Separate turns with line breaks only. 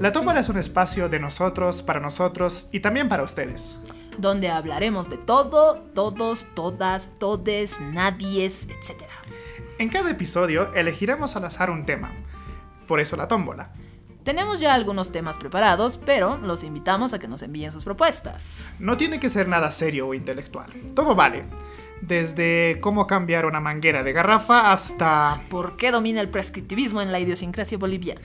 La tómbola es un espacio de nosotros, para nosotros y también para ustedes.
donde hablaremos de todo, todos, todas, todes, nadies, etc.
En cada episodio elegiremos al azar un tema. Por eso la tómbola.
Tenemos ya algunos temas preparados, pero los invitamos a que nos envíen sus propuestas.
No tiene que ser nada serio o intelectual. Todo vale. Desde cómo cambiar una manguera de garrafa hasta...
¿Por qué domina el prescriptivismo en la idiosincrasia boliviana?